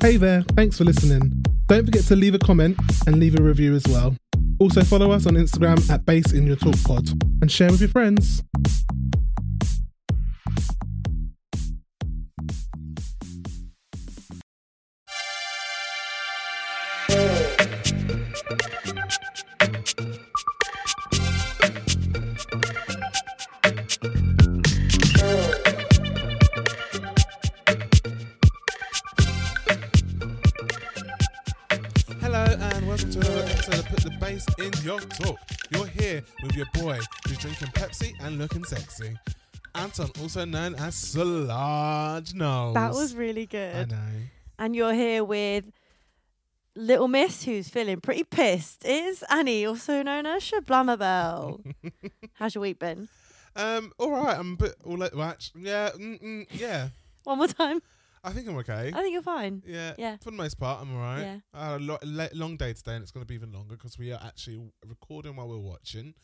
Hey there, thanks for listening. Don't forget to leave a comment and leave a review as well. Also, follow us on Instagram at Base in Your Talk Pod and share with your friends. Hello and welcome to another episode of Put the Bass in Your Talk. You're here with your boy who's drinking Pepsi and looking sexy. Anton, also known as Solange Knowles. That was really I good. know. And you're here with Little Miss, who's feeling pretty pissed, is Annie, also known as Shablamabel. How's your week been? Um, all right, I'm a bit all over. actually, Yeah, mm, mm, yeah. One more time. I think I'm okay. I think you're fine. Yeah, Yeah. For the most part, I'm Uh, all right. Yeah. I had a Uh, lo- le- long day today, and it's going to be even longer because we are actually recording while we're watching.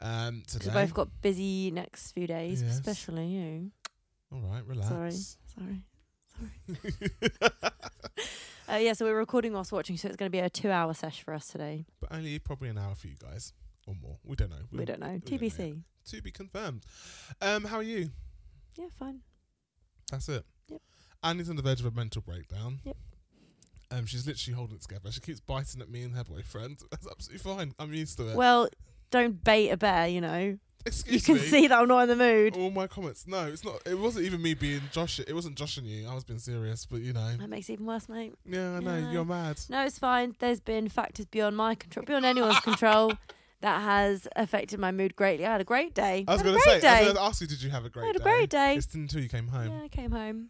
Um, today. Because we both got busy next few days, Yes. especially you. all right, relax. Sorry. Uh, yeah, so we're recording whilst watching, so it's going to be a two hour sesh for us today. but only probably an hour for you guys or more. We don't know. We don't know. don't know TBC. To be confirmed. Um, how are you? Yeah, fine. That's it. Yep. Annie's on the verge of a mental breakdown. Yep. Um, she's literally holding it together. She keeps biting at me and her boyfriend. That's absolutely fine. I'm used to it. Well, don't bait a bear, you know. You Uh, Excuse can me. see that I'm not in the mood. all my comments. No, it's not. It wasn't even me being Josh. It wasn't Josh and you. I was being serious, but you know. That makes it even worse, mate. Yeah, I know No. you're mad. No, it's fine. There's been factors beyond my control, beyond anyone's control, that has affected my mood greatly. I had a great day. I was Had a going to say. great I day. was going to ask you, did you have a great had a day? great day. It's until you came home. yeah, I came home.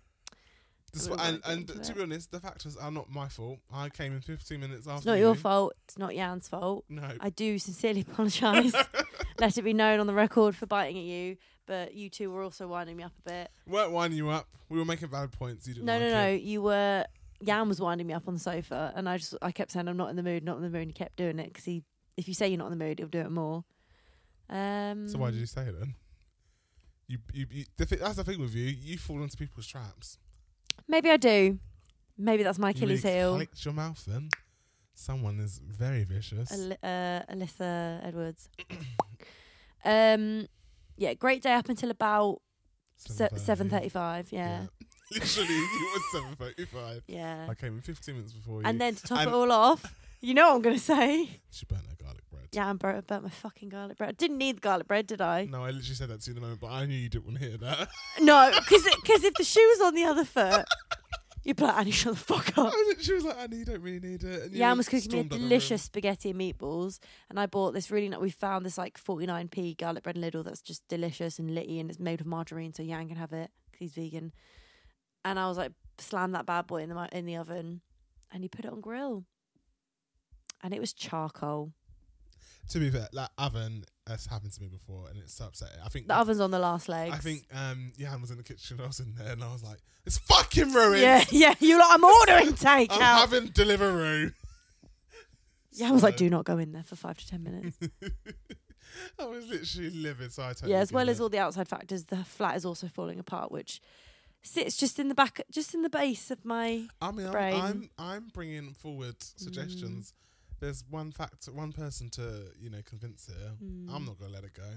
This I wa- wouldn't and wanna get and into to it. be honest, the factors are not my fault. I came in 15 minutes after. It's not your you. fault. It's not Jan's fault. No. I do sincerely apologise. Let it be known on the record for biting at you, but you two were also winding me up a bit. We weren't winding you up. We were making valid points. You didn't. No, like no, no. It. You were. Jan was winding me up on the sofa, and I just I kept saying I'm not in the mood, not in the mood. And he kept doing it because he, if you say you're not in the mood, he'll do it more. Um, So why did you say it then? You, you, you the thi- that's the thing with you. You fall into people's traps. Maybe I do. Maybe that's my You really Achilles heel. clenched your mouth then. Someone is very vicious. Al- uh, Alyssa Edwards. um, yeah, great day up until about seven 7:30. thirty-five. Yeah, Literally, it was seven thirty-five. yeah. I came in fifteen minutes before you. and then to top And- it all off, you know what I'm gonna say? she burnt her garlic bread. Yeah, I burnt, burnt my fucking garlic bread. I didn't need garlic bread, did I? No, I literally said that to you in a moment, but I knew you didn't want to hear that. No, because if the shoe was on the other foot, you'd be like, Annie, shut the fuck up. I she was like, "Annie, you don't really need it." And you Yam was cooking me a stormed out the room. delicious spaghetti and meatballs, and I bought this really. ni- We found this like 49p garlic bread Lidl that's just delicious and litty, and it's made of margarine, so Yang can have it 'cause he's vegan. And I was like, slam that bad boy in the mi- in the oven, and he put it on grill, and it was charcoal. To be fair, that oven has happened to me before, and it's so upsetting. I think The oven's on the last legs. I think um, Jan was in the kitchen. I was in there, and I was like, "It's fucking ruined. Yeah, yeah. You like, I'm ordering I'm takeout. having Deliveroo." Yeah, I was like, So- do not go in there for five to ten minutes. I was literally livid. So I totally yeah, as well get as it. all the outside factors, the flat is also falling apart, which sits just in the back, just in the base of my. I mean, I'm, brain. Mm. I'm I'm bringing forward suggestions. There's one fact, one person to you know convince here. Hmm. I'm not gonna let it go.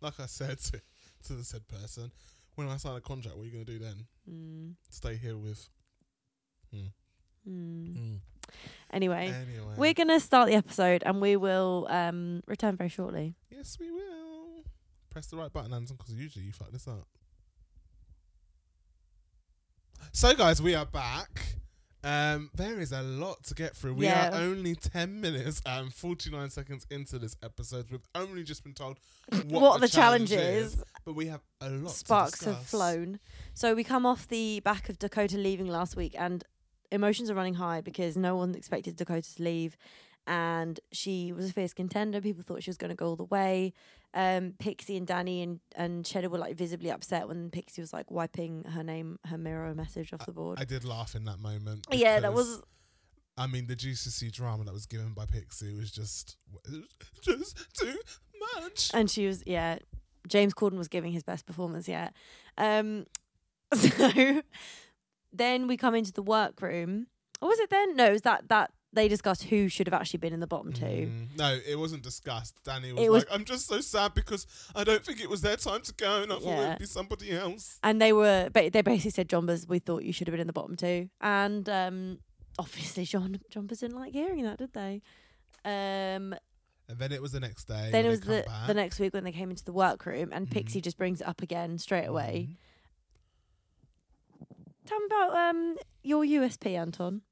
Like I said to, to the said person, when I sign a contract, what are you gonna do then? Mm, Stay here with? mm. Anyway, Anyway, we're gonna start the episode, and we will um, return very shortly. yes, we will. Press the right button, Anton, because usually you fuck this up. So, guys, we are back. Um, there is a lot to get through. We Yeah. are only 10 minutes and 49 seconds into this episode. We've only just been told what, What, the, challenge is? But we have a lot Sparks to have discuss. flown. So we come off the back of Dakota leaving last week, and emotions are running high because no one expected Dakota to leave. And she was a fierce contender. People thought she was going to go all the way. Um, Pixie and Danny and, and Cheddar were like visibly upset when Pixie was like wiping her name, her mirror message off the board. I did laugh in that moment. yeah, that because- was I mean, the GCC drama that was given by Pixie was just, it was just too much. And she was, yeah. James Corden was giving his best performance yet. Um, so then we come into the workroom Or was it then? No, it was that that they discussed who should have actually been in the bottom two. Mm, no, it wasn't discussed. Danny was, It was- like, I'm just so sad because I don't think it was their time to go and I thought it Yeah. would be somebody else. And they were ba- they basically said Jombas, we thought you should have been in the bottom two. And um obviously John Jombas didn't like hearing that, did they? Um And then it was the next day. then when it they was come the, back. the next week when they came into the workroom and Mhm. Pixie just brings it up again straight away. Mhm. Mm-hmm. Tell me about um your USP, Anton.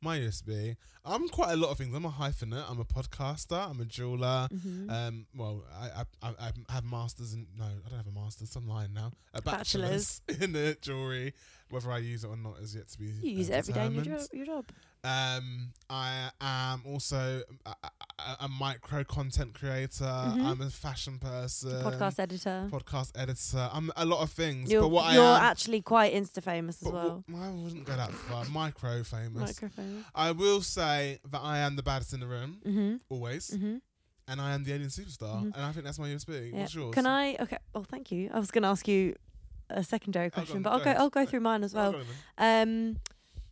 My USB. I'm quite a lot of things. I'm a hyphenate. I'm a podcaster. I'm a jeweler. Mm-hmm. Um, well, I, I, I I have masters in no, I don't have a masters. I'm lying now. A bachelor's, Bachelor's. in uh, jewelry. Whether I use it or not is yet to be. you use uh, it every day in your determined. job. Your job. Um, I am also a, a, a micro content creator. Mhm. I'm a fashion person, Podcast editor. podcast editor. I'm a lot of things. You're, um, but what you're I am, actually quite Insta famous as but well. what- I wouldn't go that far. Micro famous. Microphone. I will say that I am the baddest in the room Mhm. always, Mhm. and I am the alien superstar, Mhm. and I think that's my USB. Yeah. What's yours? Can I? Okay. Well, thank you. I was going to ask you a secondary Oh, go on, question, but I'll go go. ahead. I'll go Go- through mine as well. Oh, go on Um,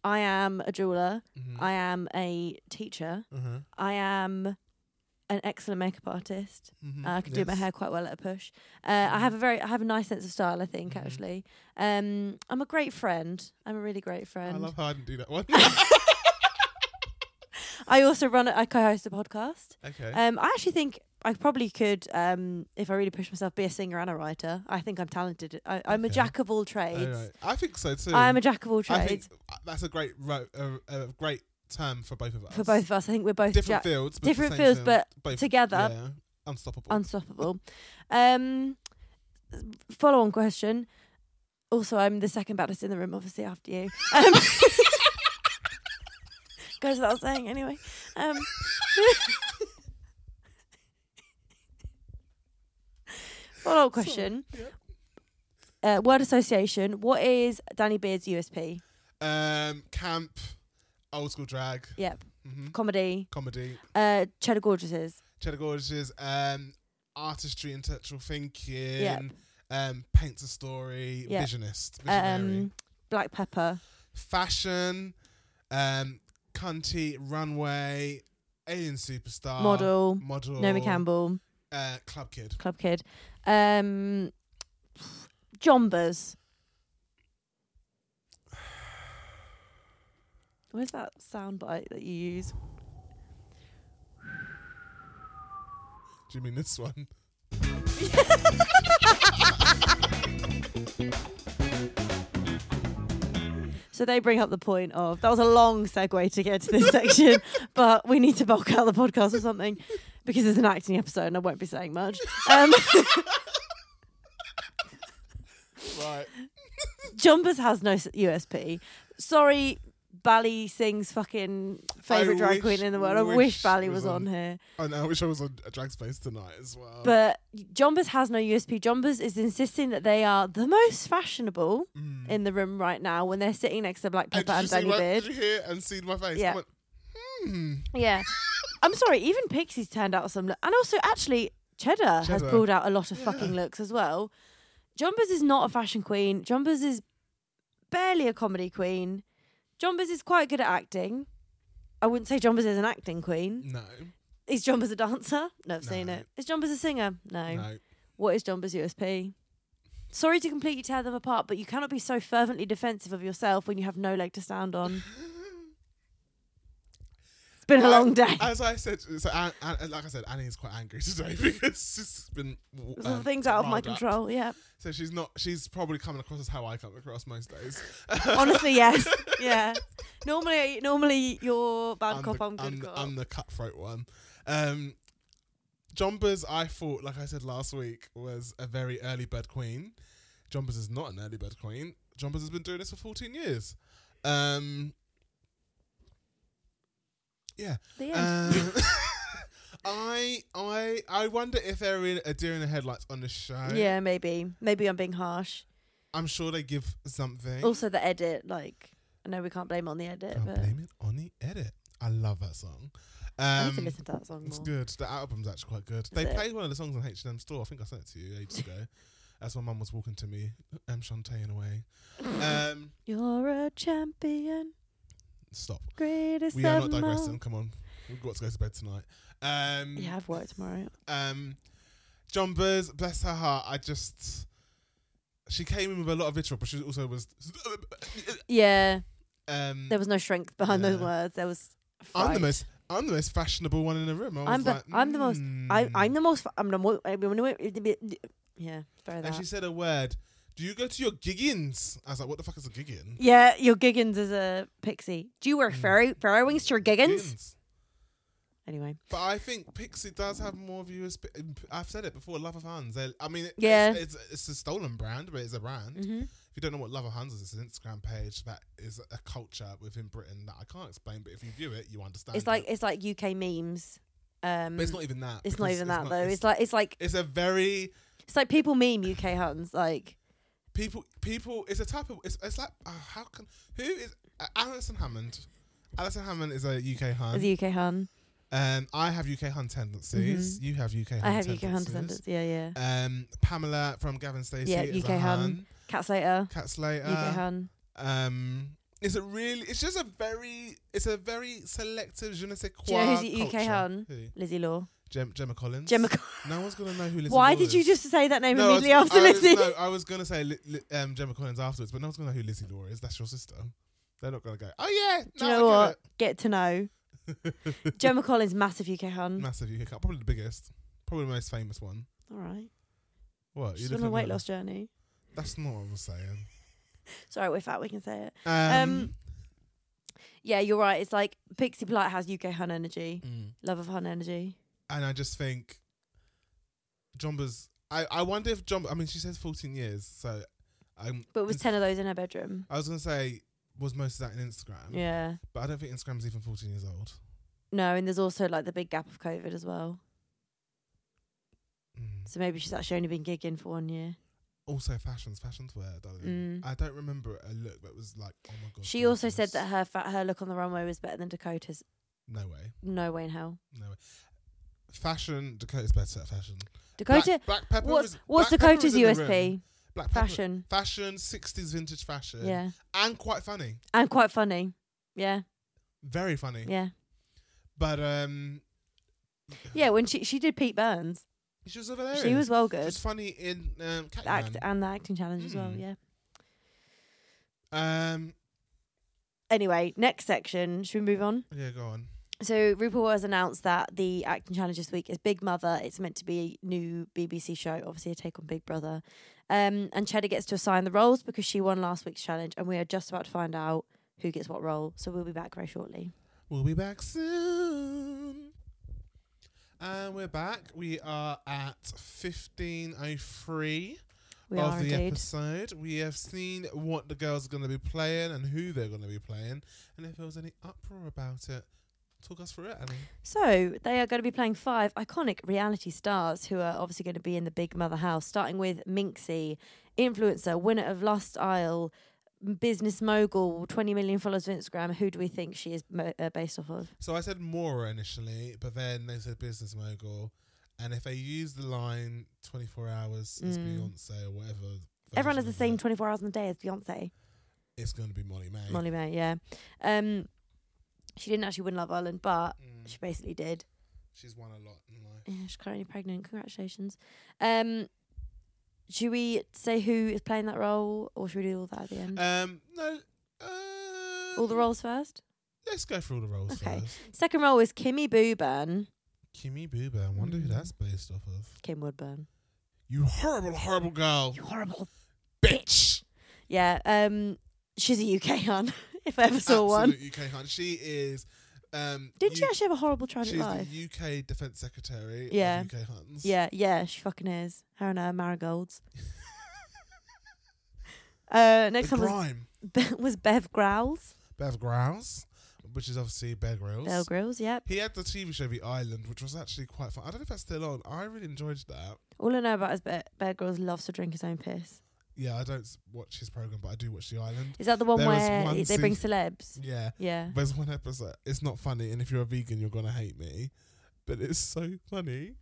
I am a jeweler. then. Mhm. I am a teacher. Uh-huh. I am an excellent makeup artist. Mhm. Uh, I can do my Yes. Mm-hmm. hair quite well at a push. Uh, I have a very, I have a nice sense of style. I think Mhm. actually, um, I'm a great friend. I'm a really great friend. I love how I didn't do that one. I also run. a- I co-host a podcast. okay. Um, I actually think I probably could, um, if I really push myself, be a singer and a writer. I think I'm talented. I, I'm a Okay. jack of all All trades. right. I think so too. I am a jack of all I think uh, trades that's a great ro- a, a great term for both of us. for both of us. I think we're both different jack- fields, but the different same fields, field. but both, together. yeah, unstoppable. unstoppable. Um, follow on question. Also, I'm the second baddest in the room, obviously after you. Um, goes without saying, anyway. Um, follow on question. Sorry, Uh, word association. What is Danny Beard's USP? um, camp, old school drag, Yep, hmm comedy. comedy, Uh, Cheddar Gorgeous's. cheddar gorges, um, artistry, intellectual thinking, Yep. um, paints a story, Yep. visionist, visionary, Um, Black Pepper. fashion, um, cunty, runway, alien superstar, model. model, Naomi Campbell. uh, club kid. Club Kid. Um, Jombas. Where's that sound bite that you use? Do you mean this one? So they bring up the point of that was a long segue to get to this section, but we need to bulk out the podcast or something because it's an acting episode and I won't be saying much. Um, Right. Jumpers has no s- USP. Sorry, Bally sings fucking favorite drag wish- queen in the world. I wish wish, Bally she was was on on. here. I know. I wish I was on a drag space tonight as well. But Jombas has no USP. Jombas is insisting that they are the most fashionable Mm. in the room right now when they're sitting next to Black And did Pepper and you see Danny my- Beard. Did you hear and see my face? Yeah. I went, hmm. Yeah. I'm sorry, even Pixie's turned out some look. And also, actually, Cheddar, has Cheddar. pulled out a lot of Yeah. fucking looks as well. Jombas is not a fashion queen. Jombas is barely a comedy queen. Jombas is quite good at acting. I wouldn't say Jombas is an acting queen. No, Is Jombas a dancer? No, I've seen No. it. Is Jombas a singer? no. What is Jumba's USP? Sorry to completely tear them apart, but you cannot be so fervently defensive of yourself when you have no leg to stand on. It's been a I- long day. As I said, so An- An- like I said, Annie is quite angry today because she's been w- Some um, things out of my riled up. control. Yeah. So she's not. She's probably coming across as how I come across most days. Honestly, yes. Yeah. Normally, normally you're bad I'm cop. the, I'm good the, cop. I'm the cutthroat one. Um, Jombas, I thought, like I said last week, was a very early bird queen. Jombas is not an early bird queen. Jombas has been doing this for 14 years. Um, yeah. The end. Um, I I I wonder if they're in a deer in the headlights on the show. yeah, maybe. Maybe I'm being harsh. I'm sure they give something. Also, the edit. Like, I know we can't blame on the edit, Can't but blame it on the edit. I love that song. I need to Um, listen to that song It's more. good. The album's actually quite good. They it? played one of the songs on H&M store. I think I sent it to you ages ago. As my mum was walking to me, M. Shantae in a way. Um, You're a champion. Stop. Greatest We are not summer. digressing. Come on. We've got to go to bed tonight. Um, Yeah, I've worked tomorrow. Um, John Burrs, bless her heart. I just. She came in with a lot of vitriol, but she also was. Yeah, Um, there was no strength behind those Yeah. words. There was. I'm the fright. most. I'm the most fashionable one in the room. I was I'm the- like, I'm the most- I, "Mm." I'm the most. I'm the most. Yeah, throw And that. she said a word. Do you go to your giggins? I was like, what the fuck is a giggin? Yeah, your Giggins is a pixie. Do you wear Mm. fairy fairy wings to your Giggins? Anyway, But I think Pixie does have more viewers. I've said it before. Love of Hands. They- I mean, it- Yeah. it's, it's it's a stolen brand, but it's a brand. hmm If you don't know what Love of Hands is, it's an Instagram page that is a culture within Britain that I can't explain. But if you view it, you understand. it's like it. it's like UK memes. Um, but it's not even that. it's not because even that not- though. It's, It's, like it's like it's a very it's like people meme UK Huns. Like people people it's a type of it's, it's like uh, how can who is uh, Alison Hammond Alison Hammond is a UK as Hun a UK Hun, um I have UK Hun tendencies you have UK Hun Mm-hmm. I have UK tendencies. Hun descendants. Yeah, yeah. um Pamela from Gavin Stacey Yeah, is a UK Hun. Hun Cat Slater, Cat UK Slater Hun. um it's a really it's just a very it's a very selective je ne sais Do quoi you know who's a UK culture. Hun? Who? Lizzie Law, Gem- Gemma Collins Gemma. Co- no one's gonna know who Lizzie Why Law did you is. just say that name No, I was- immediately after I was, Lizzie? No, I was gonna say li, li, um, Gemma Collins afterwards, but no one's gonna know who Lizzie Law is. That's your sister. They're not gonna go. Oh yeah, Do no, you know I what? Get to know get it." Gemma Collins, massive UK Hun. Massive UK cup, probably the biggest, probably the most famous one. All right, What? she's looking on a at weight me? loss journey. That's not what I was saying. Sorry, we're fat. We can say it. Um, Yeah, you're right. It's like Pixie Plight has UK Hun energy, mm. love of Hun energy. and I just think Jumba's. I I wonder if Jumba. I mean, she says 14 years, so I'm. But it was Inst- 10 of those in her bedroom. I was gonna say was most of that in Instagram, Yeah. but I don't think Instagram's even 14 years old. No, and there's also like the big gap of COVID as well. Mm. So maybe she's actually only been gigging for one year. Also, fashions, fashion's wear, darling. Mm. I don't remember a look that was like, oh my god. She look also at said this. that her fat, her look on the runway was better than Dakota's. No way, No way in hell. no way. Fashion, Dakota's better at fashion. Dakota, Black, Black Pepper. what's was, what's Black Pepper Dakota's was in the room. USP? Black Pepper- Fashion. fashion, sixties vintage fashion. Yeah, and quite funny, and quite funny. Yeah, very funny. yeah, But um, yeah. When she she did Pete Burns, she was hilarious. she was well She good. was funny in um, The act Catman. and the acting challenge as well. Mm. Yeah. Um, Anyway, next section. Should we move on? yeah, go on. So RuPaul has announced that the acting challenge this week is Big Mother. It's meant to be a new BBC show, obviously a take on Big Brother. Um, and Cheddar gets to assign the roles because she won last week's challenge, and we are just about to find out who gets what role. So we'll be back very shortly. We'll be back soon. And we're back. We are at 15.03 We of are the indeed. episode. We have seen what the girls are going to be playing and who they're going to be playing. And if there was any uproar about it, talk us through it, Annie. So they are going to be playing five iconic reality stars who are obviously going to be in the Big Mother house, starting with Minxie, influencer, winner of Lost Isle, business mogul, 20 million followers on Instagram. Who do we think she is mo- uh, based off of? So I said Mora initially, but then they said business mogul. And if they use the line 24 hours is Mm. Beyonce or whatever. Everyone version has the of same it, 24 hours in the day as Beyonce. it's going to be Molly May. Molly May, yeah. Um, she didn't actually win Love Island, but Mm. she basically did. She's won a lot in life. Yeah, She's currently pregnant. Congratulations. Um, should we say who is playing that role, or should we do all that at the end? Um, no. Um, Mm. all the roles first. Let's go through all the roles Okay. first. Second role is Kimmy Booburn, Kimmy Boober. I wonder who Mm. that's based off of. Kim Woodburn. You horrible, horrible girl, You horrible. bitch. Yeah. Um, she's a UK hun. if I ever saw one. Absolute UK hunt. She is. Um, Didn't she U- actually have a horrible tragic She's life? the UK Defence Secretary. Yeah. Of UK hunts. Yeah, yeah, she fucking is. Her and her marigolds. uh, next the one was, grime. Be- was Bev Growls. Bev Grouse, which is obviously Bear Grylls. Bev Grylls, yep. he had the TV show The Island, which was actually quite fun. I don't know if that's still on. I really enjoyed that. All I know about is Be- Bear Grylls loves to drink his own piss. Yeah, I don't s- watch his program, but I do watch The Island. Is that the one There was where one i- they bring celebs? Yeah. Yeah. There's one episode. It's not funny, and if you're a vegan, you're gonna hate me. But it's so funny.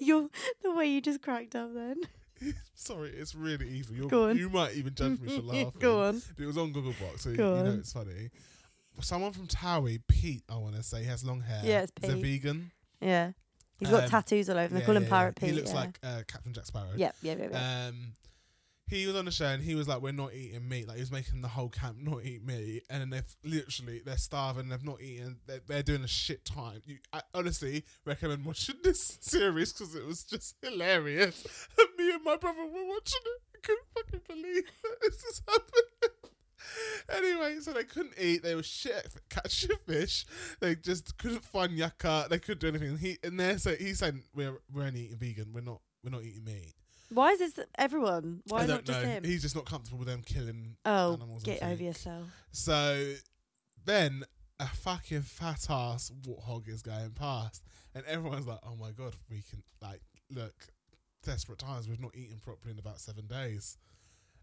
You're, the way you just cracked up then. Sorry, it's really evil. Go You're, on. you might even judge me for laughing. Go on. But It was on Google Box, so you Go know on. it's funny. someone from Towie, Pete, I want to say, he has long hair. Yeah, it's He's a Pete. vegan. Yeah. He's got Um, tattoos all over. and They Yeah, call yeah, him Pirate yeah. Pete. He looks yeah. like uh, Captain Jack Sparrow. Yeah, yeah, yeah. yeah. Um, he was on the show and he was like, "We're not eating meat." Like he was making the whole camp not eat meat, and then they've literally they're starving, they've not eaten, they're, they're doing a shit time. You, I honestly recommend watching this series because it was just hilarious. And me and my brother were watching it. I couldn't fucking believe that this is happening. Anyway, so they couldn't eat. They were shit at catching fish. They just couldn't find yucca. They couldn't do anything. He and there, so he's saying we're we're only eating vegan. We're not we're not eating meat. Why is this everyone? Why I not don't just know. him? He's just not comfortable with them killing oh, animals. I get think. over yourself. So then a fucking fat ass warthog is going past, and everyone's like, "Oh my god, we can like look desperate times. We've not eaten properly in about seven days."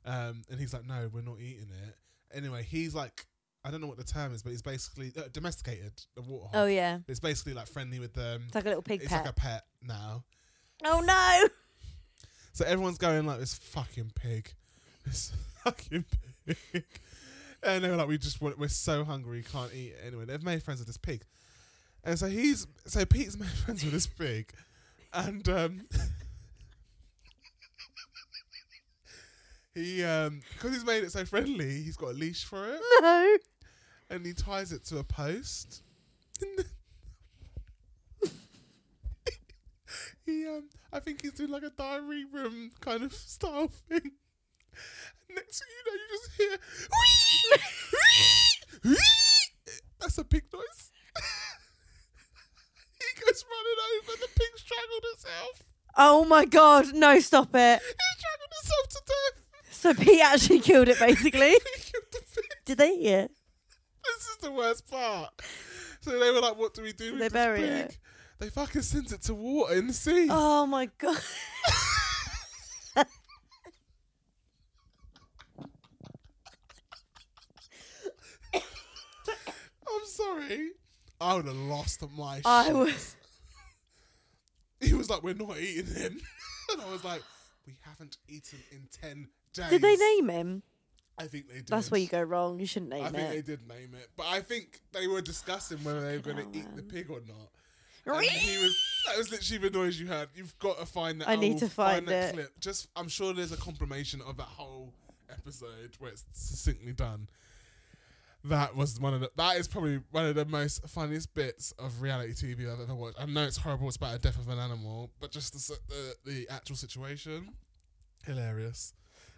Um, and he's like, "No, we're not eating it." Anyway, he's like, I don't know what the term is, but he's basically uh, domesticated the warthog. Oh yeah, It's basically like friendly with them. it's like a little pig It's pet. like a pet now. oh no. So everyone's going like this fucking pig, this fucking pig, and they were like, we just want, we're so hungry, we can't eat it anyway. They've made friends with this pig, and so he's so Pete's made friends with this pig, and um, he um because he's made it so friendly, he's got a leash for it No. and he ties it to a post. And then- he, um, I think he's doing like a diary room kind of style thing. Next thing you know, you just hear. "Wee! Wee! Wee!" That's a pig noise. he goes running over. The pig strangled itself. Oh my god. No, stop it. He strangled itself to death. So Pete actually killed it. Basically, He killed the pig. did they eat it? This is the worst part. So they were like, "What do we do?" with They this bury pig?" it. They fucking sent it to water in the sea. Oh my god. I'm sorry. I would have lost my I shit. was. He was like, "We're not eating him," and I was like, "We haven't eaten in ten days." Did they name him? I think they did. That's where you go wrong. You shouldn't I name think they it. did name it, but I think they were discussing whether they were going hell, to eat the man. pig or not. And he was. That was literally the noise you heard. You've got to find that. I need will to find that it. clip. Just, I'm sure there's a compilation of that whole episode where it's succinctly done. That was one of the. That is probably one of the most funniest bits of reality TV I've ever watched. I know it's horrible. It's about the death of an animal, but just the s- the, the actual situation, hilarious.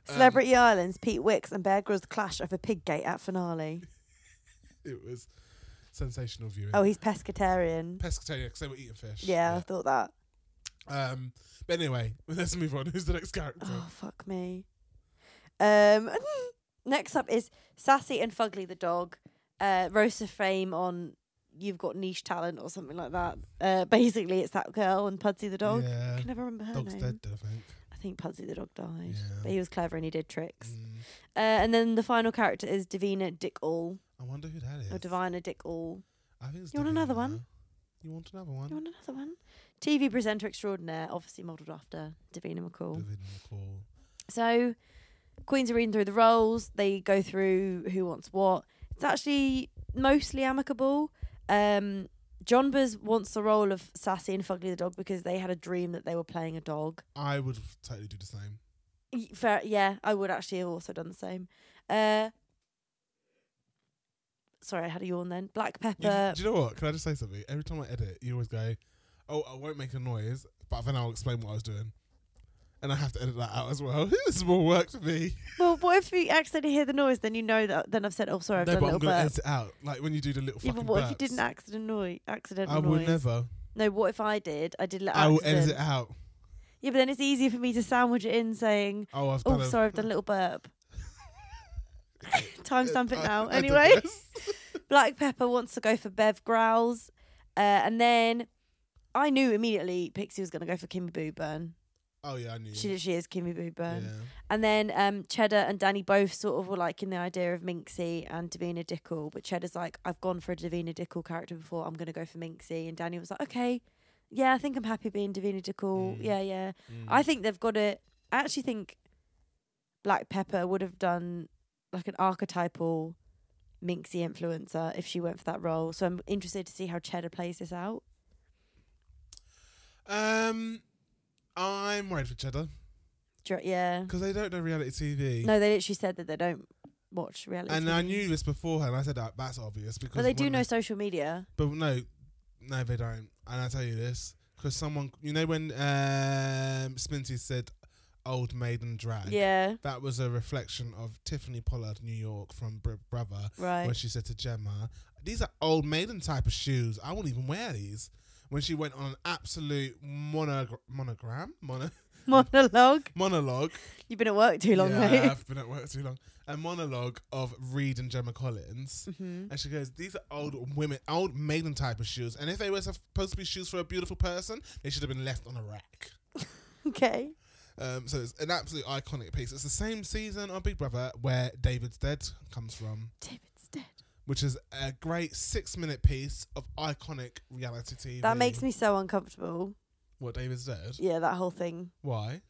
Um, Celebrity Islands, Pete Wicks and Bear Grylls clash over Piggate at finale. it was sensational viewing. Oh, he's pescatarian. pescatarian because they were eating fish. Yeah, I thought that. Yeah. Um. But anyway, let's move on. Who's the next character? Oh fuck me. Um, next up is Sassy and Fugly the dog. Uh, roast of fame on you've got niche talent or something like that. Uh, basically it's that girl and Pudsey the dog. I Yeah. can never remember her Dog's name. dead, I think. I think Pudsey the dog died, Yeah. but he was clever and he did tricks. Mm. Uh, and then the final character is Davina Dick All I wonder who that is. or Divina Dick All. I think it's You want Davina. another one? You want another one? You want another one? TV presenter extraordinaire, obviously modelled after Davina McCall. Davina McCall. So, Queens are reading through the roles. They go through who wants what. It's actually mostly amicable. Um, John Buzz wants the role of Sassy and Fugly the dog because they had a dream that they were playing a dog. I would totally do the same. Y- Fair, yeah, I would actually have also done the same. Uh, sorry, I had a yawn then. Black You- Pepper. do you know what? Can I just say something? Every time I edit, you always go, "Oh, I won't make a noise," but then I'll explain what I was doing, and I have to edit that out as well. this is more work for me. well, what if you accidentally hear the noise? Then you know that. Then I've said, "Oh, sorry, I've no, done but a I'm little gonna burp." edit it out. Like when you do the little Yeah, but fucking. what if you did burps. an accident noise? Accidental I would noise? never. No, what if I did? I did. a little I will accident. edit it out. Yeah, but then it's easier for me to sandwich it in saying, Oh, I've done. "Oh, a- sorry, I've done a little burp." Timestamp it I- now. I did Anyway, this. Black Pepper wants to go for Bev Growls, uh, and then I knew immediately Pixie was going to go for Kimmy Boo Burn. Oh yeah, I knew. She literally is Kimmy Boo Burn. Yeah. And then um, Cheddar and Danny both sort of were liking the idea of Minxie and Davina Dickel, but Cheddar's like, I've gone for a Davina Dickel character before, I'm going to go for Minxie. And Danny was like, okay, yeah, I think I'm happy being Davina Mm. Dickel. Yeah, yeah. Mm. I think they've got it. I actually think Black Pepper would have done like an archetypal Minxie influencer if she went for that role. So I'm interested to see how Cheddar plays this out. Um, I'm worried for Cheddar Dr- yeah. because they don't know reality TV. No, they literally said that they don't watch reality. and I TV. knew this beforehand. I said that that's obvious because. But they one do of know the- social media. But no, no, they don't. And I tell you this because someone, you know, when um Spinty said "old maiden drag," Yeah. that was a reflection of Tiffany Pollard, New York, from Br- Brother, when Right. she said to Gemma, "These are old maiden type of shoes. I won't even wear these." When she went on an absolute monog- monogram, mono- Monologue. monologue. You've been at work too long, yeah, mate. I've been at work too long. A monologue of Reed and Gemma Collins. hmm And she goes, These are old women, old maiden type of shoes. And if they were supposed to be shoes for a beautiful person, they should have been left on a rack. Okay. Um, so it's an absolute iconic piece. It's the same season on Big Brother where David's Dead comes from, David's dead. which is a great six minute piece of iconic reality TV. That makes me so uncomfortable. What, David's Dead? Yeah, that whole thing. Why?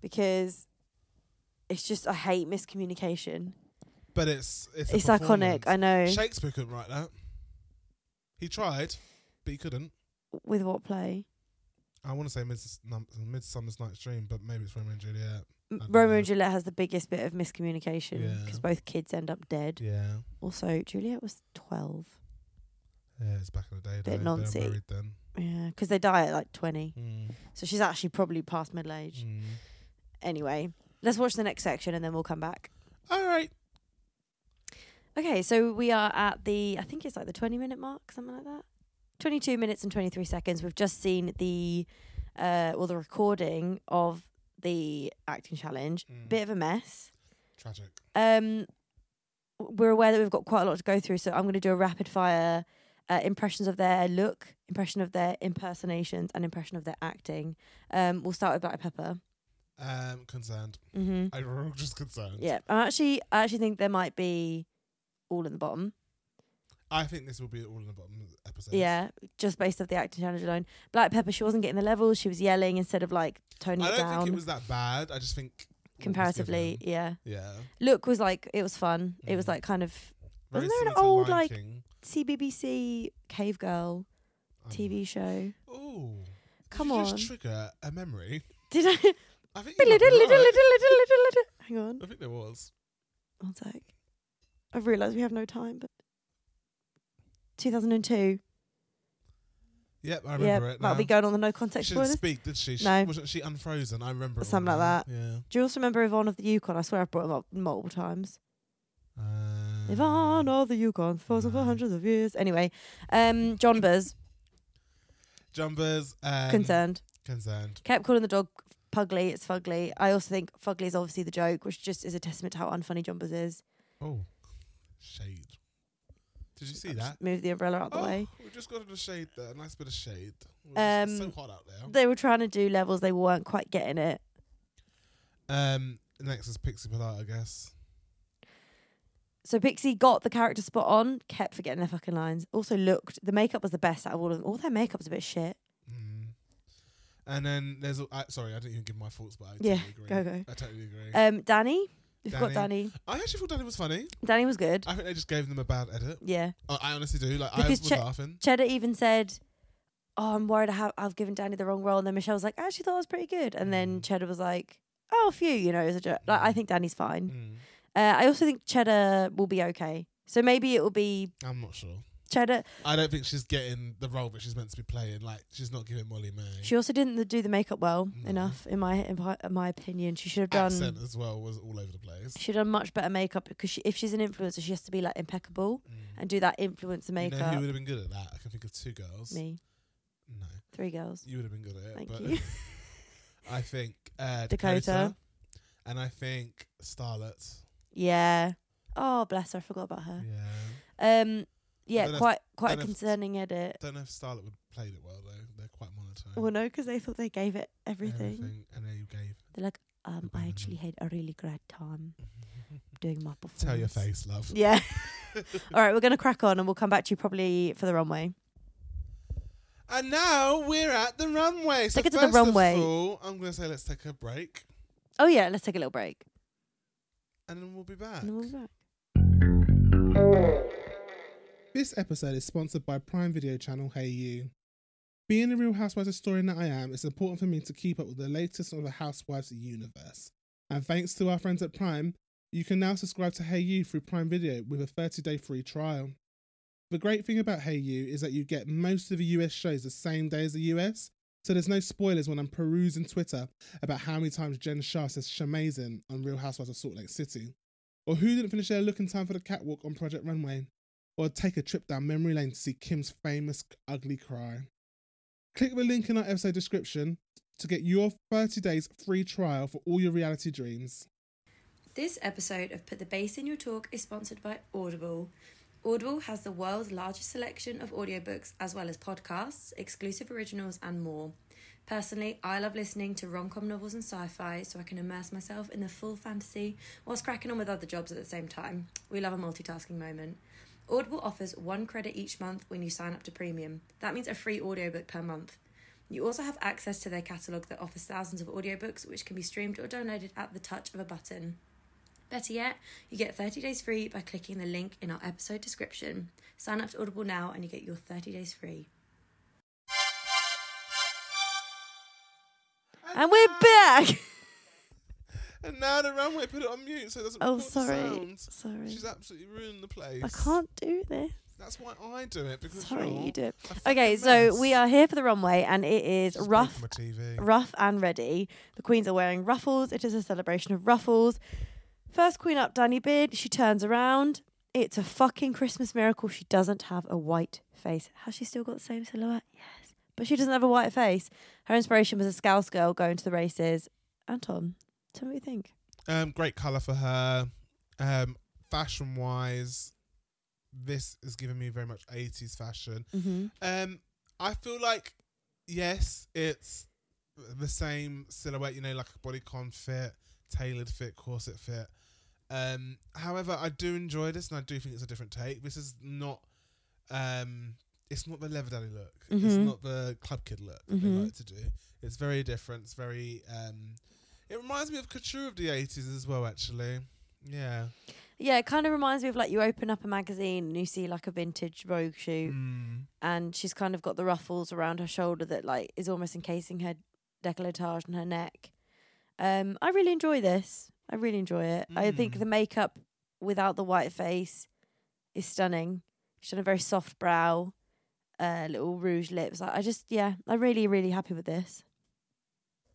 Because it's just, I hate miscommunication. But it's. It's, a It's iconic. performance. I know. Shakespeare couldn't write that. He tried, but he couldn't. With what play? I want to say Mids- Num- Midsummer's Night's Dream, but maybe it's Romeo and Juliet. M- I don't Romeo know. and Juliet has the biggest bit of miscommunication Yeah. because both kids end up dead. Yeah. Also, Juliet was 12. Yeah, it's back in the day. Bit though. They noncy. were married then. Yeah, because they die at like 20. Mm. So she's actually probably past middle age. Mm. Anyway, let's watch the next section and then we'll come back. All right. Okay, so we are at the I think it's like the twenty minute mark, something like that. Twenty two minutes and twenty three seconds. We've just seen the uh well the recording of the acting challenge. Mm. Bit of a mess. Tragic. Um we're aware that we've got quite a lot to go through, so I'm gonna do a rapid fire uh, impressions of their look, impression of their impersonations, and impression of their acting. Um, we'll start with Black Pepper. Um, concerned. Mm-hmm. I'm just concerned. Yeah, I actually, I actually think there might be all in the bottom. I think this will be all in the bottom of the episode. Yeah, just based off the acting challenge alone. Black Pepper, she wasn't getting the levels. She was yelling instead of like toning I it don't down think it was that bad. I just think it was comparatively. given. Yeah, Yeah. look was like it was fun. It was Mm. like kind of Very Wasn't there similar an to old, Lion like, King. CBBC Cave Girl Um, TV show. Ooh. Did Come you on, Just trigger a memory. did I? I think. You might be right. Hang on, I think there was. one sec. I've realised we have no time, but 2002. Yep, I yeah, remember it. that'll now. be going on the no She context didn't spoilers. speak, did she? She- No. Wasn't she unfrozen? I remember. it all Something like now. that. Do you also remember Yvonne of the Yukon? I swear I've brought him up multiple times. Yeah. Um, Yvonne of the Yukon, frozen for Right. hundreds of years. Anyway, um, John Buzz, Jumbers. Um, concerned, Concerned. kept calling the dog Pugly. It's Fugly. I also think Fugly is obviously the joke, which just is a testament to how unfunny John Buzz is. Oh, shade. Did you see I'll that? just Move the umbrella out the Oh, way. we just got in the shade there. Nice bit of shade. We're just- Um, it's so hot out there. They were trying to do levels, they weren't quite getting it. Um, next is Pixie Pilot, I guess. So Pixie got the character spot on, kept forgetting their fucking lines. Also looked, the makeup was the best out of all of them. All their makeup's a bit shit. Mm. And then there's. a- I, sorry, I didn't even give my thoughts, but I totally Yeah, agree. Go go. I totally agree. Um, Danny, we've got Danny. I actually thought Danny was funny. Danny was good. I think they just gave them a bad edit. Yeah. I, I honestly do. Like I Because was Che- laughing. Cheddar even said, "Oh, I'm worried I have, I've given Danny the wrong role." And then Michelle was like, "I actually thought I was pretty good." And then Mm. Cheddar was like, "Oh, phew, you know, it was a joke. Like, I think Danny's fine. Mm. Uh, I also think Cheddar will be okay. So maybe it will be I'm not sure. Cheddar. I don't think she's getting the role that she's meant to be playing. Like she's not giving Molly May. She also didn't do the makeup well No. enough, in my in my- in my opinion. She should have accent done. as well was all over the place. She done much better makeup because she, if she's an influencer, she has to be like impeccable Mm. and do that influencer You know who makeup. would have been good at that? I can think of two girls. Me, No, three girls. you would have been good at it. Thank but you. I think uh, Dakota, Dakota. and I think Starlet. Yeah. Oh, bless her. I forgot about her. Yeah, Um, don't know yeah, if- quite quite don't a know if- concerning edit. don't know if Starlet would have played it well though. They're quite monotone. Well, no, because they thought they gave it everything. Everything, and they gave. They're like, um, I Mhm. actually had a really great time doing my performance. Tell your face, love. Yeah. All right, we're gonna crack on, and we'll come back to you probably for the runway. And now we're at the runway. So Take it to the first runway. Of all, I'm going to say let's take a break, Oh yeah, let's take a little break. and then we'll be back. And then we'll be back. This episode is sponsored by Prime Video channel Hey You. Being a Real Housewives historian that I am, it's important for me to keep up with the latest of the Housewives universe. And thanks to our friends at Prime, you can now subscribe to Hey You through Prime Video with a 30 day free trial. The great thing about Hey You is that you get most of the US shows the same day as the US, so there's no spoilers when I'm perusing Twitter about how many times Jen Shah says shamazin on Real Housewives of Salt Lake City, or who didn't finish their look in time for the catwalk on Project Runway, or take a trip down memory lane to see Kim's famous ugly cry. Click the link in our episode description to get your 30 days free trial for all your reality dreams. This episode of Put the Bass in Your Talk is sponsored by Audible. Audible has the world's largest selection of audiobooks as well as podcasts, exclusive originals, and more. Personally, I love listening to rom com novels and sci fi so I can immerse myself in the full fantasy whilst cracking on with other jobs at the same time. We love a multitasking moment. Audible offers one credit each month when you sign up to premium. That means a free audiobook per month. You also have access to their catalogue that offers thousands of audiobooks which can be streamed or downloaded at the touch of a button. Better yet, you get 30 days free by clicking the link in our episode description. Sign up to Audible now and you get your 30 days free. And we're back. And now the runway put it on mute so it doesn't oh, record the sorry. sounds. Sorry. She's absolutely ruined the place. I can't do this. That's why I do it because Sorry, you're you do it. a fucking Okay, so mess. we are here for the runway, and it is Just broke rough My TV. rough and ready. The queens are wearing ruffles. It is a celebration of ruffles. First queen up, Danny Beard. She turns around. It's a fucking Christmas miracle. She doesn't have a white face. Has she still got the same silhouette? Yes. But she doesn't have a white face. Her inspiration was a Scouse girl going to the races. Anton, tell me what you think. Um, great color for her. Um, fashion wise, this is giving me very much eighties fashion. Mm-hmm. Um, I feel like yes, it's the same silhouette. You know, like a bodycon fit, tailored fit, corset fit. Um, however, I do enjoy this, and I do think it's a different take. This is not. Um, it's not the leather daddy look. It's Mhm. not the club kid look that they Mhm. like to do. It's very different. It's very. Um, it reminds me of couture of the eighties as well. Actually, yeah. Yeah, it kind of reminds me of like you open up a magazine and you see like a vintage Vogue shoot. Mm. and she's kind of got the ruffles around her shoulder that like is almost encasing her decolletage and her neck. Um, I really enjoy this. I really enjoy it. I think Mm. the makeup without the white face is stunning. She's done a very soft brow, uh, little rouge lips. I, I just, yeah, I'm really, really happy with this.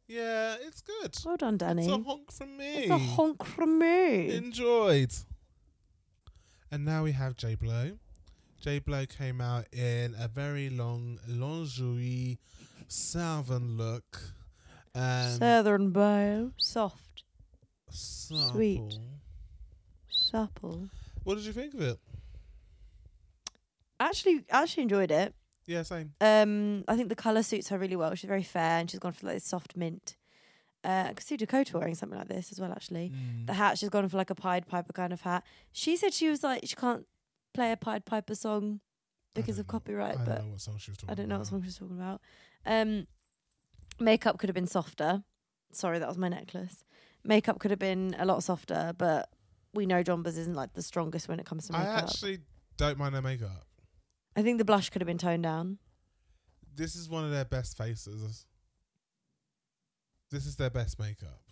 Yeah, it's good. Well done, Danny. It's a honk from me. It's a honk from me. enjoyed. And now we have J Blow. J Blow came out in a very long lingerie southern look. Um, Southern bow, soft, sample. supple. What did you think of it? Actually, actually enjoyed it. Yeah, same. Um, I think the colour suits her really well. She's very fair and she's gone for like this soft mint. Uh, I could see Dakota wearing something like this as well, actually. Mm. The hat, she's gone for like a Pied Piper kind of hat. She said she was like, she can't play a Pied Piper song because don't of know. copyright, I but don't know what song she was talking I don't know about. what song she's talking about. Um, makeup could have been softer. Sorry, that was my necklace. Makeup could have been a lot softer, but we know Jombas isn't like the strongest when it comes to I makeup. actually don't mind their makeup. I think the blush could have been toned down. This is one of their best faces. This is their best makeup.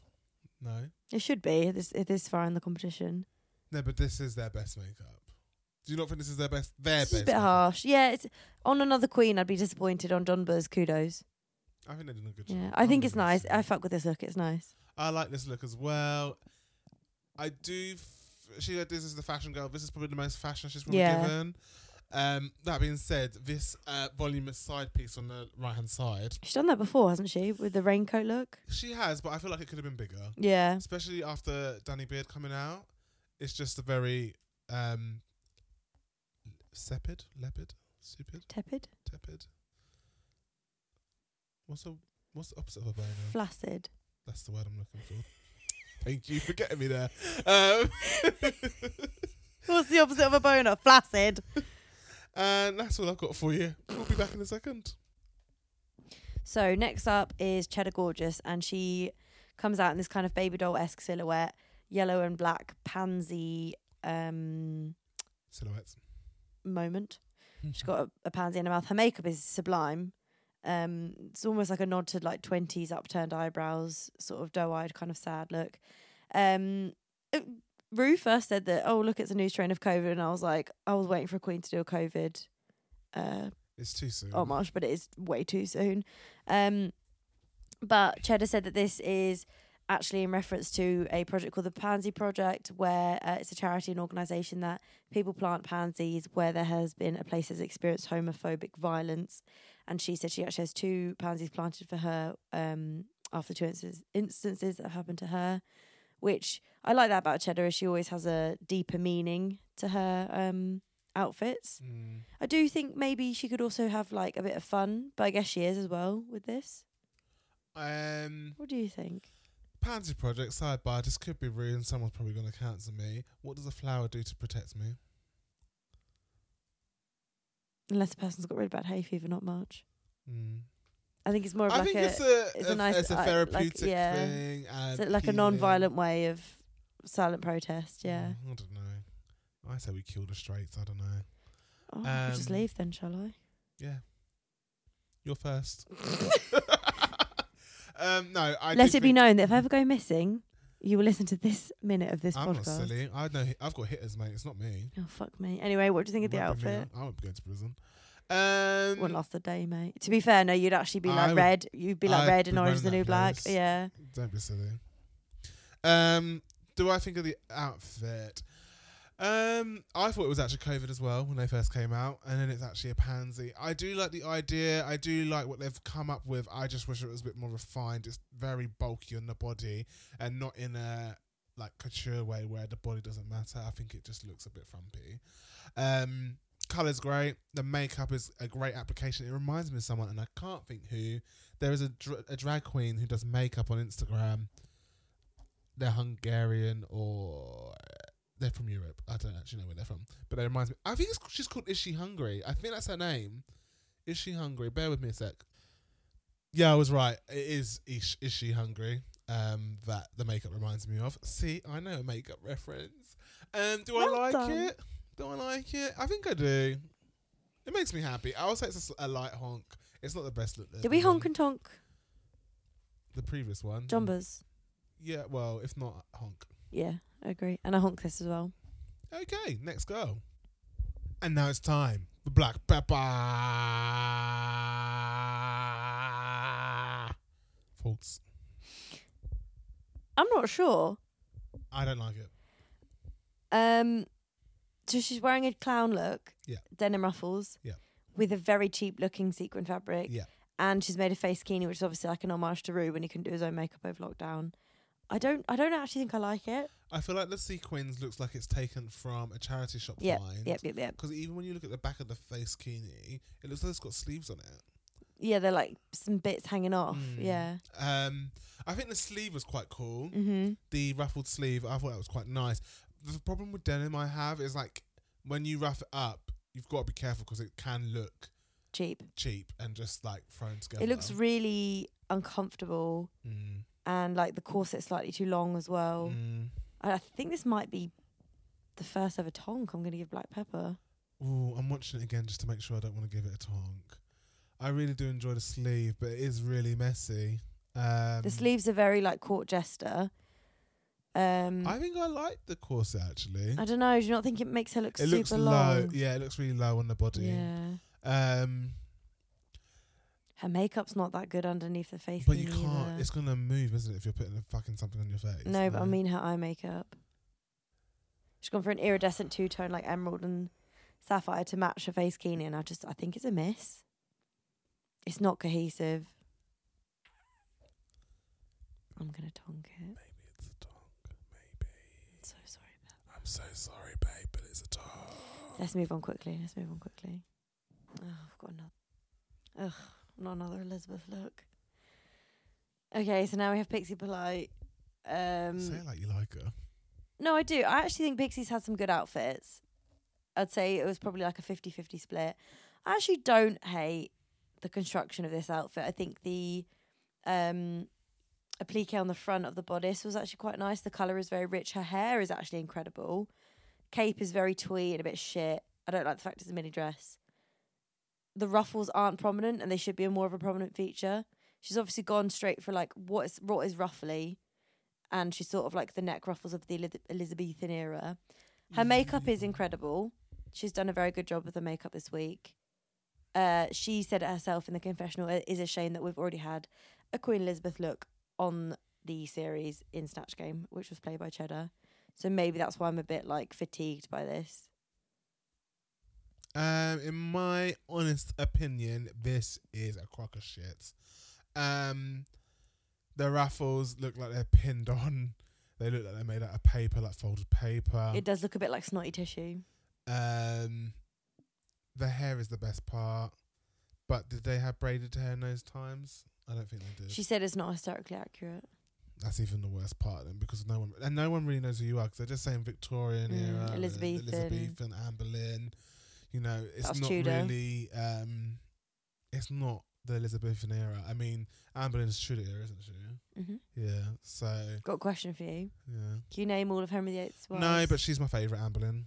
No? It should be. It is, it is far in the competition. No, but this is their best makeup. Do you not think this is their best? Their best. It's just a bit makeup? harsh. Yeah, it's on another queen. I'd be disappointed on John Burr's kudos. I think they did a good job. Yeah, I I'm think with it's this. nice. I fuck with this look. It's nice. I like this look as well. I do. F- she said this is the fashion girl. This is probably the most fashion she's probably Yeah. given. Um, that being said, this uh, voluminous side piece on the right hand side, She's done that before, hasn't she? With the raincoat look. she has, but I feel like it could have been bigger, Yeah, especially after Danny Beard coming out. It's just a very um, sepid, leopard, stupid, tepid, tepid. What's the what's the opposite of a boner? flaccid. That's the word I'm looking for. Thank you for getting me there. Um, What's the opposite of a boner? Flaccid. and that's all I've got for you. We'll be back in a second. So next up is Cheddar Gorgeous, and she comes out in this kind of baby doll esque silhouette, yellow and black pansy um, Silhouettes. moment. She's got a, a pansy in her mouth. Her makeup is sublime. Um, it's almost like a nod to like twenties upturned eyebrows, sort of doe-eyed, kind of sad look. Um, uh, Rue first said that, "Oh, look, it's a new strain of COVID," and I was like, "I was waiting for Queen to do a COVID uh, It's too soon. Oh homage, but it is way too soon. Um, but Cheddar said that this is actually in reference to a project called the Pansy Project, where uh, it's a charity and organisation that people plant pansies where there has been a place that's experienced homophobic violence. And she said she actually has two pansies planted for her um, after two instances, instances that have happened to her, which I like that about Cheddar, is she always has a deeper meaning to her um, outfits. Mm. I do think maybe she could also have like a bit of fun, but I guess she is as well with this. Um, What do you think? Pansy Project sidebar. This could be rude. Someone's probably going to cancel me. What does a flower do to protect me? Unless the person's got really bad hay fever, not much. Mm. I think it's more of I like think a it's a it's it's a a, nice, uh, it's a like- like, therapeutic yeah. thing. And it's like a healing. non-violent way of silent protest. Yeah, Mm, I don't know. I say we kill the straights. I don't know. oh, I'll just Um, leave then, shall I? Yeah. You're first. um, no, I Let do it be think- known that if I ever go missing, you will listen to this minute of this I'm not podcast. silly. I know hi- I've got hitters, mate. It's not me. Oh fuck me. Anyway, what do you think of the Won't be me. outfit? I won't be going to prison. Um, One last the day, mate. To be fair, no, you'd actually be I like would- red. You'd be like I'd red be and orange is wearing that the new black. dress. Yeah. Don't be silly. Um, do I think of the outfit? Um, I thought it was actually COVID as well when they first came out, and then it's actually a pansy. I do like the idea. I do like what they've come up with. I just wish it was a bit more refined. It's very bulky on the body, and not in a like couture way where the body doesn't matter. I think it just looks a bit frumpy. Um, colors great. The makeup is a great application. It reminds me of someone, and I can't think who. There is a, dr- a drag queen who does makeup on Instagram. They're Hungarian or they're from Europe. I don't actually know where they're from, but it reminds me. I think it's, she's called Is She Hungry? I think that's her name. Is She Hungry? Bear with me a sec. Yeah, I was right. It is Is, is She Hungry? Um, that the makeup reminds me of. See, I know a makeup reference. Um, do Well I like done. it? Do I like it? I think I do. It makes me happy. I would say it's a s- a, light honk. It's not the best look. Did we ever. honk and tonk the previous one? jumpers? Yeah. Well, if not honk. Yeah, I agree. And I honk this as well. Okay, next girl. And now it's time for Black Pepper. Faults. I'm not sure. I don't like it. Um, so she's wearing a clown look. Yeah. Denim ruffles. Yeah. With a very cheap looking sequin fabric. Yeah. And she's made a face bikini, which is obviously like an homage to Rue when he couldn't do his own makeup over lockdown. I don't. I don't actually think I like it. I feel like the sequins looks like it's taken from a charity shop Yep, find. Yep. Yep. Yep. Because even when you look at the back of the face bikini, it looks like it's got sleeves on it. Yeah. They're like some bits hanging off. Mm. Yeah. Um, I think the sleeve was quite cool. Mhm. the ruffled sleeve. I thought that was quite nice. The problem with denim I have is like when you rough it up, you've got to be careful because it can look Cheap. cheap and just like thrown together. It looks really uncomfortable, Mm, and like the corset's slightly too long as well. mm. I I think this might be the first ever tonk I'm going to give Black Pepper. Ooh, I'm watching it again just to make sure I don't want to give it a tonk. I really do enjoy the sleeve, but it is really messy. Um, the sleeves are very like court jester. Um, I I, think I like the corset actually. don't know. Do you not think it makes her look it super looks long? low. Yeah, it looks really low on the body. Yeah. Um, Her makeup's not that good underneath the face. but you thing can't. either. It's gonna move, isn't it? If you're putting a fucking something on your face. no, but I Like- mean her eye makeup. She's gone for an iridescent two tone like emerald and sapphire to match her face Keenan. and I just I think it's a miss. It's not cohesive. I'm gonna tonk it. Maybe it's a dog. Maybe. So sorry. Beth. I'm so sorry, babe, but it's a dog. Let's move on quickly. Let's move on quickly. Oh, I've got another. Ugh, not another Elizabeth look. Okay, so now we have Pixie Polite. Say Um, it like you like her. no, I do. I actually think Pixie's had some good outfits. I'd say it was probably like a 50 50 split. I actually don't hate the construction of this outfit. I think the um, applique on the front of the bodice was actually quite nice. The colour is very rich. Her hair is actually incredible. Cape is very twee and a bit shit. I don't like the fact it's a mini dress. The ruffles aren't prominent and they should be more of a prominent feature. She's obviously gone straight for like what is what is ruffly, and she's sort of like the neck ruffles of the Eliz- Elizabethan era. Her makeup is incredible. She's done a very good job with her makeup this week. Uh, she said it herself in the confessional. It is a shame that we've already had a Queen Elizabeth look on the series in Snatch Game, which was played by Cheddar. So maybe that's why I'm a bit like fatigued by this. Um, in my honest opinion, this is a crock of shit. Um, the raffles look like they're pinned on. They look like they're made out of paper, like folded paper. It does look a bit like snotty tissue. Um, the hair is the best part, but did they have braided hair in those times? I don't think they did. She said it's not historically accurate. That's even the worst part then, because no one and no one really knows who you are because they're just saying Victorian Mm, era, and Elizabethan. Elizabethan, Anne Boleyn. You know, it's That's not Tudor. really. Um, it's not the Elizabethan era. I mean, Anne Boleyn's Tudor era, isn't she? Mm-hmm. Yeah. So Got a question for you. yeah. Can you name all of Henry VIII's wives? No, but she's my favourite Anne Boleyn.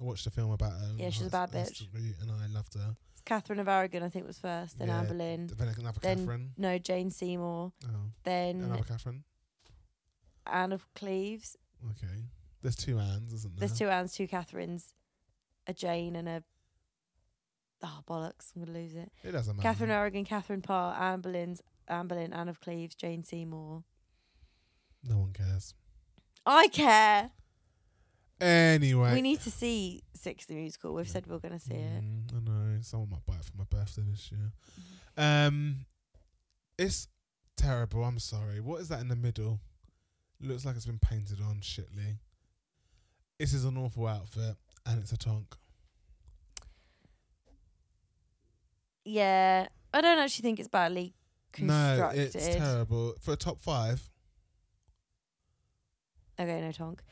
I watched a film about her. Yeah, and she's a her- bad her bitch. story, and I loved her. Catherine of Aragon, I think, was first. Then Yeah, Anne Boleyn. Then another Then- Mm. Catherine. No, Jane Seymour. Oh, Then another Catherine. Anne of Cleves. Okay. There's two Annes, isn't there? There's two Annes, two Catherines, a Jane and a. Oh bollocks! I'm gonna lose it. It doesn't matter. Catherine of Aragon, Catherine Parr, Anne Boleyn's, Anne Boleyn, Anne of Cleves, Jane Seymour. No one cares. I care. Anyway. We need to see Six the Musical. We've said we are gonna see it. Mm, I know. Someone might buy it for my birthday this year. Mm-hmm. Um, it's terrible. I'm sorry. What is that in the middle? Looks like it's been painted on shitly. This is an awful outfit, and it's a tonk. Yeah, I don't actually think it's badly No, constructed. it's terrible for a top five. Okay, no tonk.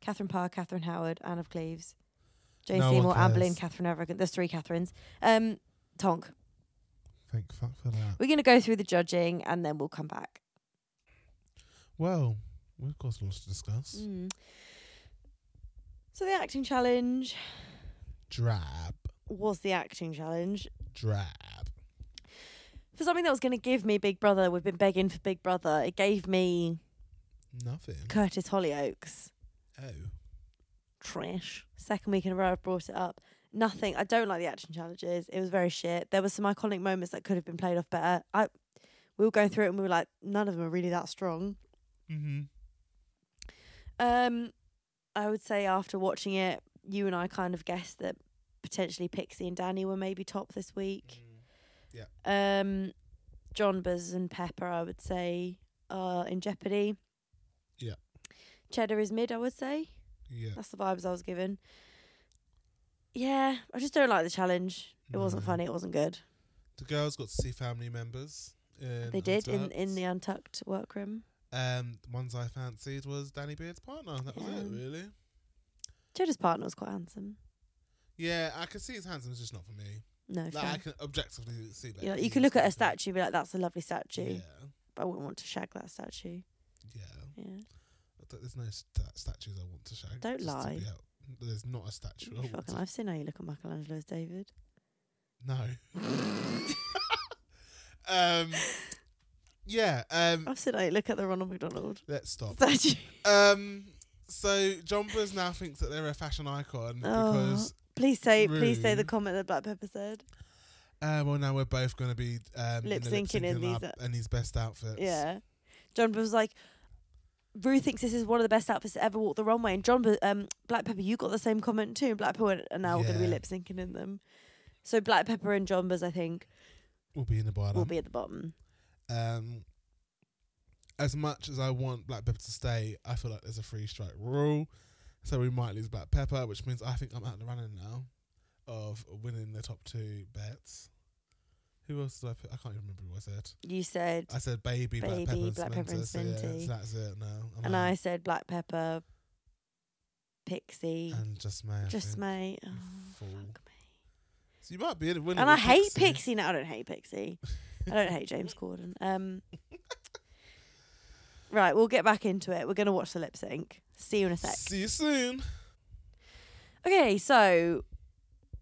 Catherine Parr, Catherine Howard, Anne of Cleves, Jane No one Seymour, Anne cares. Boleyn, Catherine Everett. There's three Catherines. Um, tonk. Thank fuck for that. We're gonna go through the judging and then we'll come back. Well, we've got lots to discuss. Mm. So the acting challenge Drab, was the acting challenge. drab. For something that was going to give me Big Brother, we've been begging for Big Brother. It gave me Nothing. Curtis Hollyoaks. Oh. trash. Second week in a row, I've brought it up. Nothing. I don't like the action challenges. It was very shit. There were some iconic moments that could have been played off better. I we were going through it and we were like, none of them are really that strong. Mm-hmm. Um, I would say after watching it, you and I kind of guessed that potentially Pixie and Danny were maybe top this week. Mm. Um, John Buzz and Pepper, I would say, are in jeopardy. Yeah. Cheddar is mid, I would say. Yeah. That's the vibes I was given. Yeah, I just don't like the challenge. It wasn't No. funny. It wasn't good. The girls got to see family members. In they did in, Untucked. in the untucked workroom. Um, the ones I fancied was Danny Beard's partner. That was it, Yeah. really. Cheddar's partner was quite handsome. Yeah, I can see he's handsome. It's just not for me. No, Like, I fair. can objectively see that. You, know, you he's could look at a handsome. statue and be like, "That's a lovely statue," Yeah, but I wouldn't want to shag that statue. yeah. Yeah, I don't- There's no sta- statues I want to show. just to Don't be lie. out- There's not a statue. I want fucking. to... I've seen how you look at Michelangelo's David. No. um. Yeah. Um. I've seen how you look at the Ronald McDonald Let's stop. statue. Um. So John Buzz now thinks that they're a fashion icon because Please say, please say the Rude. comment that Black Pepper said. Uh, well, now we're both going to be um, Oh. Lip syncing in these out- and his best outfits. Yeah. John was like, Rue thinks this is one of the best outfits to ever walk the runway. And John, Bru- um, Black Pepper, you got the same comment too. Black Pepper went, and now we're going to be Yeah. lip syncing in them. So Black Pepper and John Buzz, I think, we'll be in the bottom. will be at the bottom. Um, as much as I want Black Pepper to stay, I feel like there's a free strike rule, so we might lose Black Pepper, which means I think I'm out of the running now of winning the top two bets. Who else did I put? I can't even remember who I said. You said, I said baby, Black Baby, Pepper, and Black Pepper Samantha, and so yeah, Sminty. so that's it now. I'm and I out. said Black Pepper, Pixie, and just May. I Just think. May. Oh, Fool. fuck So you might be in the me. winner. And I with hate Pixie. Pixie. No, I don't hate Pixie. I don't hate James Corden. Um, right, we'll get back into it. We're going to watch the lip sync. See you in a sec. See you soon. Okay, so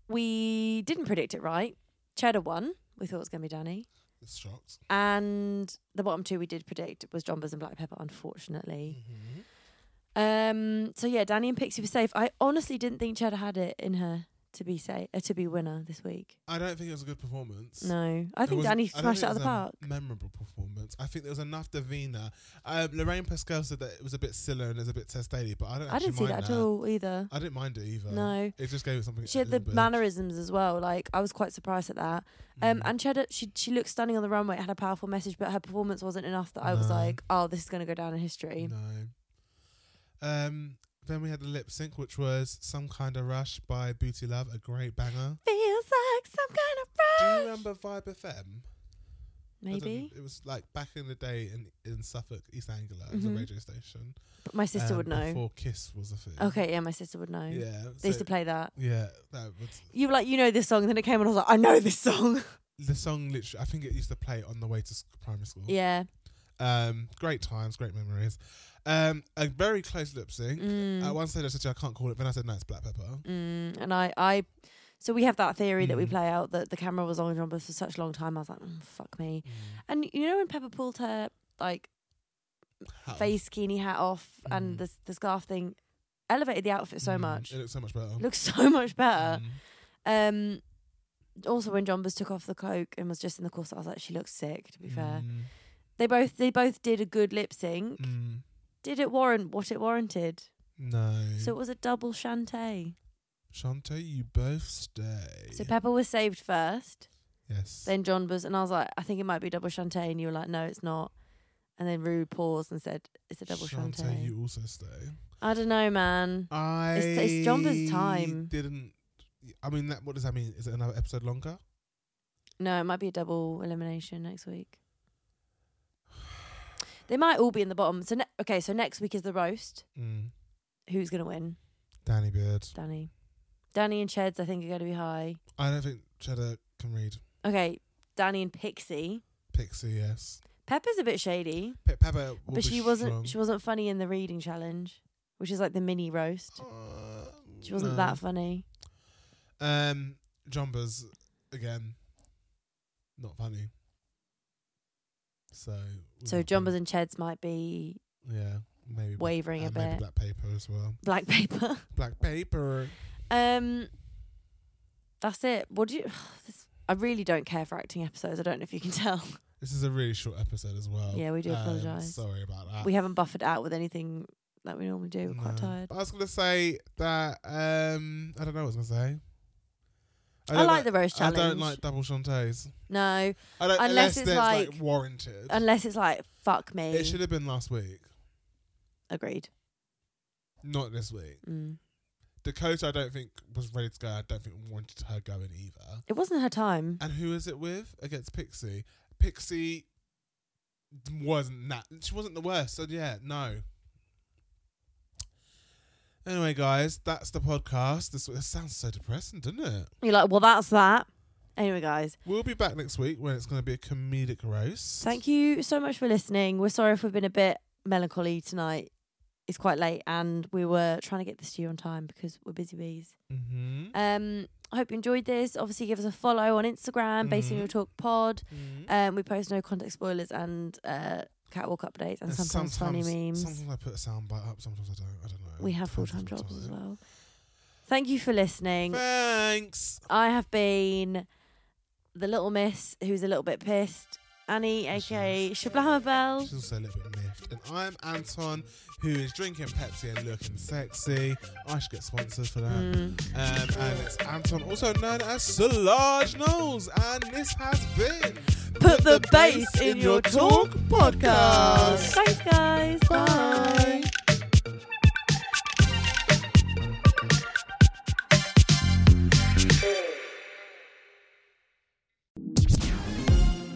we didn't predict it right. Cheddar won. We thought it was going to be Danny. It's shocked. And the bottom two we did predict was Jombas and Black Pepper, unfortunately. Mhm. Um, so yeah, Danny and Pixie were safe. I honestly didn't think Cheddar had it in her to be safe, uh, to be winner this week. I don't think it was a good performance. No, I It think wasn't- Danny I don't smashed it think um, out of was the a park. Memorable performance. I think there was enough Davina. Uh, Lorraine Pascal said that it was a bit silly and it was a bit testy, but I don't. I didn't see actually that mind at all either. I didn't mind it either. No. it just gave it something. She a had the little bit. mannerisms as well. Like I was quite surprised at that. Um, Mhm. and Cheddar, she she looked stunning on the runway. Had a powerful message, but her performance wasn't enough that I was No. like, oh, this is gonna go down in history. No. Um. Then we had the lip sync, which was some kind of rush by Booty Love, a great banger. Feels like some kind of Do you rush. remember Vibe FM? I don't- Maybe, it was like back in the day in in Suffolk, East Anglia. It was a Mhm. radio station. but my sister um, would know. Before Kiss was a thing. Okay, yeah, my sister would know. Yeah. They so- used to play that. Yeah, that was You were like, you know this song, and then it came on. I was like, I know this song. the song. Literally, I think it used to play on the way to sc- primary school. yeah. Um, great times, great memories. Um, a very close lip sync. Mm. At one stage, I said, "I can't call it," then I said, "No, it's black pepper." Mm, and I, I, so we have that theory that we Mhm. play out that the camera was on John Bus for such a long time. I was like, mm, fuck me. And you know when Pepper pulled her like How- face skinny hat off Mhm. and the the scarf thing, elevated the outfit so Mm, much. It looks so much better. Looks so much better. Mm. Um, also when John Bus took off the cloak and was just in the corset, I was like, she looks sick. To be fair, Mm, they both they both did a good lip sync. mm, Did it warrant what it warranted? no. So it was a double shantae. Shante, you both stay. So Pepper was saved first. yes. Then John was, and I was like, I think it might be double Shantae, and you were like, no, it's not. And then Rue paused and said, it's a double Shantae. Shante, you also stay. I don't know, man. I. it's Jumba's time. Didn't. I mean, that. What does that mean? Is it another episode longer? No, it might be a double elimination next week. They might all be in the bottom. So ne- okay, so next week is the roast. Mm. Who's gonna win? Danny Beard. Danny. Danny and Cheds, I think, are gonna be high. I don't think Cheddar can read. Okay, Danny and Pixie. Pixie, yes. Pepper's a bit shady, Pe- Pepper. will but be she wasn't. strong. She wasn't funny in the reading challenge, which is like the mini roast. Uh, She wasn't no. that funny. Um, Jumbas again, not funny. So we So might be- Jumbas and Cheds might be yeah, maybe Black- wavering a and maybe bit. black paper as well. Black paper. Black paper. Um, that's it. What do you? this, I really don't care for acting episodes. I don't know if you can tell. This is a really short episode as well. Yeah, we do Um, apologise. Sorry about that. We haven't buffered out with anything that we normally do. We're quite No. tired. But I was gonna say that um, I don't know what I was gonna say. I, don't like the roast I challenge. don't like double chantés. no, I don't, Unless unless, it's it's like, like- warranted. unless it's like fuck me. it should have been last week, Agreed. not this week. Mm. Dakota, I don't think was ready to go. I don't think wanted her going either. It wasn't her time. And who is it with against Pixie? Pixie wasn't that. She wasn't the worst. So yeah, no. Anyway, guys, that's the podcast. This, this sounds so depressing, doesn't it? You're like, well, that's that. Anyway, guys, We'll be back next week when it's going to be a comedic roast. thank you so much for listening. We're sorry if we've been a bit melancholy tonight. It's quite late, and we were trying to get this to you on time because we're busy bees. Mm-hmm. Um, I hope you enjoyed this. Obviously, give us a follow on Instagram, based on Mhm. your talk pod. mm-hmm. Um, we post no context spoilers and uh, catwalk updates and sometimes, funny memes. Sometimes I put a soundbite up. Sometimes I don't. I don't know. we have full Depends time on the jobs as time. well. Thank you for listening. Thanks. I have been the little miss who's a little bit pissed. Annie, aka Shablama Bell. She's also a little bit miffed. And I'm Anton, who is drinking Pepsi and looking sexy. I should get sponsored for that. Mm. Um, and it's Anton, also known as Solange Knowles. And this has been Put the bass in your talk podcast. Thanks, guys. Bye. Bye.